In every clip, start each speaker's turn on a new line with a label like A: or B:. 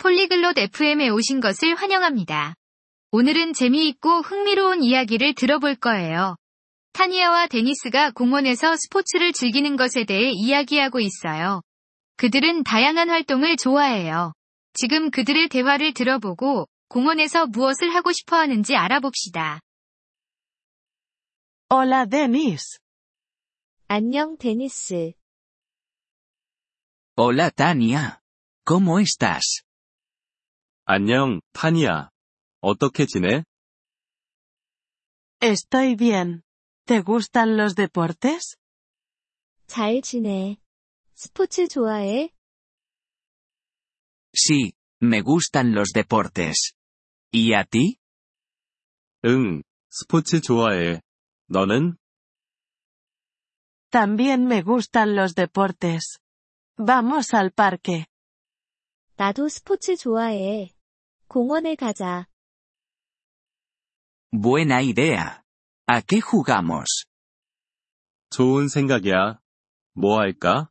A: 폴리글롯 FM에 오신 것을 환영합니다. 오늘은 재미있고 흥미로운 이야기를 들어볼 거예요. 타니아와 데니스가 공원에서 스포츠를 즐기는 것에 대해 이야기하고 있어요. 그들은 다양한 활동을 좋아해요. 지금 그들의 대화를 들어보고 공원에서 무엇을 하고 싶어 하는지 알아봅시다.
B: Hola Dennis.
C: 안녕, 데니스.
D: Hola Tania. ¿Cómo estás?
E: 안녕, 타니야. 어떻게 지내?
B: Estoy bien. ¿Te gustan los deportes?
C: 잘 지내. 스포츠 좋아해?
D: Sí, me gustan los deportes. ¿Y a ti?
E: 응, 스포츠 좋아해. 너는?
B: También me gustan los deportes. Vamos al parque.
C: 나도 스포츠 좋아해. 공원에 가자.
D: Buena idea. ¿A qué jugamos?
E: 좋은 생각이야. 뭐 할까?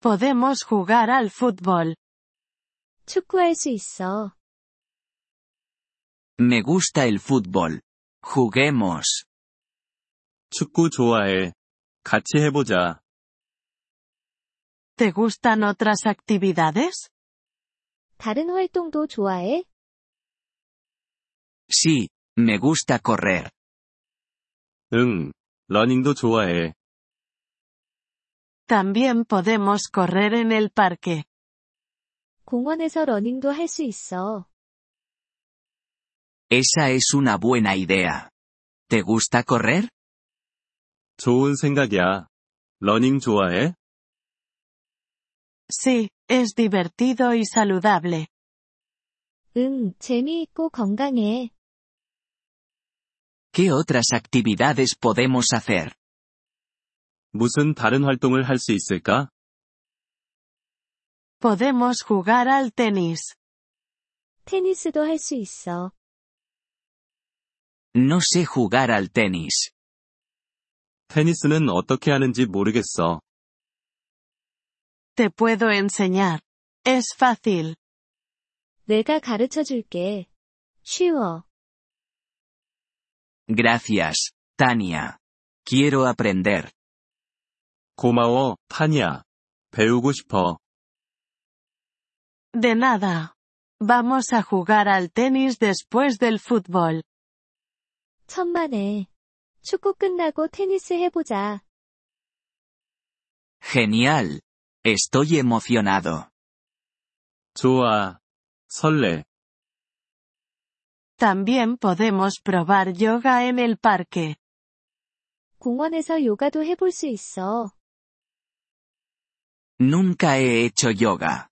B: Podemos jugar al fútbol.
C: 축구할 수 있어.
D: Me gusta el fútbol. Juguemos.
E: 축구 좋아해. 같이 해보자.
B: ¿Te gustan otras actividades?
C: 다른 활동도 좋아해?
D: Sí, me gusta correr.
E: 응, 러닝도 좋아해.
B: También podemos correr en el parque.
C: 공원에서 러닝도 할 수 있어.
D: Esa es una buena idea. ¿Te gusta correr?
E: 좋은 생각이야. 러닝 좋아해?
B: Sí, es divertido y saludable.
C: 응, 재미있고 건강해.
D: ¿Qué otras actividades podemos hacer?
E: 무슨 다른 활동을 할 수 있을까?
B: Podemos jugar al tenis.
C: 테니스도 할 수 있어.
D: No sé jugar al tenis.
E: 테니스는 어떻게 하는지 모르겠어.
B: Te puedo enseñar. Es fácil.
C: 내가 가르쳐 줄게. 쉬워.
D: Gracias, Tania. Quiero aprender.
E: 고마워, 타니야. 배우고 싶어.
B: De nada. Vamos a jugar al tenis después del fútbol.
C: 천만에. 축구 끝나고 테니스 해보자.
D: Genial. Estoy emocionado.
E: 좋아. 설레.
B: También podemos probar yoga en el parque.
C: 공원에서 요가도 해볼 수 있어.
D: Nunca he hecho yoga.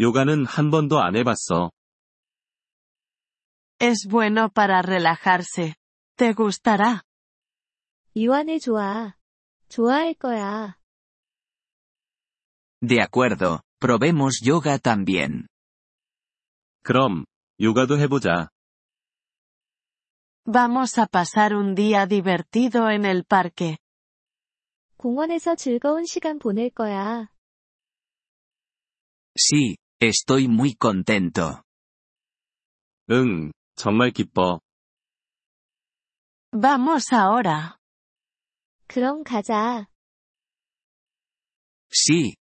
E: 요가는 한 번도 안 해봤어.
B: Es bueno para relajarse. Te gustará.
C: 이완해 좋아. 좋아할 거야.
D: De acuerdo, probemos yoga también.
E: 그럼, 요가도 해보자.
B: Vamos a pasar un día divertido en el parque.
C: 공원에서 즐거운 시간 보낼 거야.
D: Sí, estoy muy contento.
E: 응, 정말 기뻐.
B: Vamos ahora.
C: 그럼 가자.
D: Sí,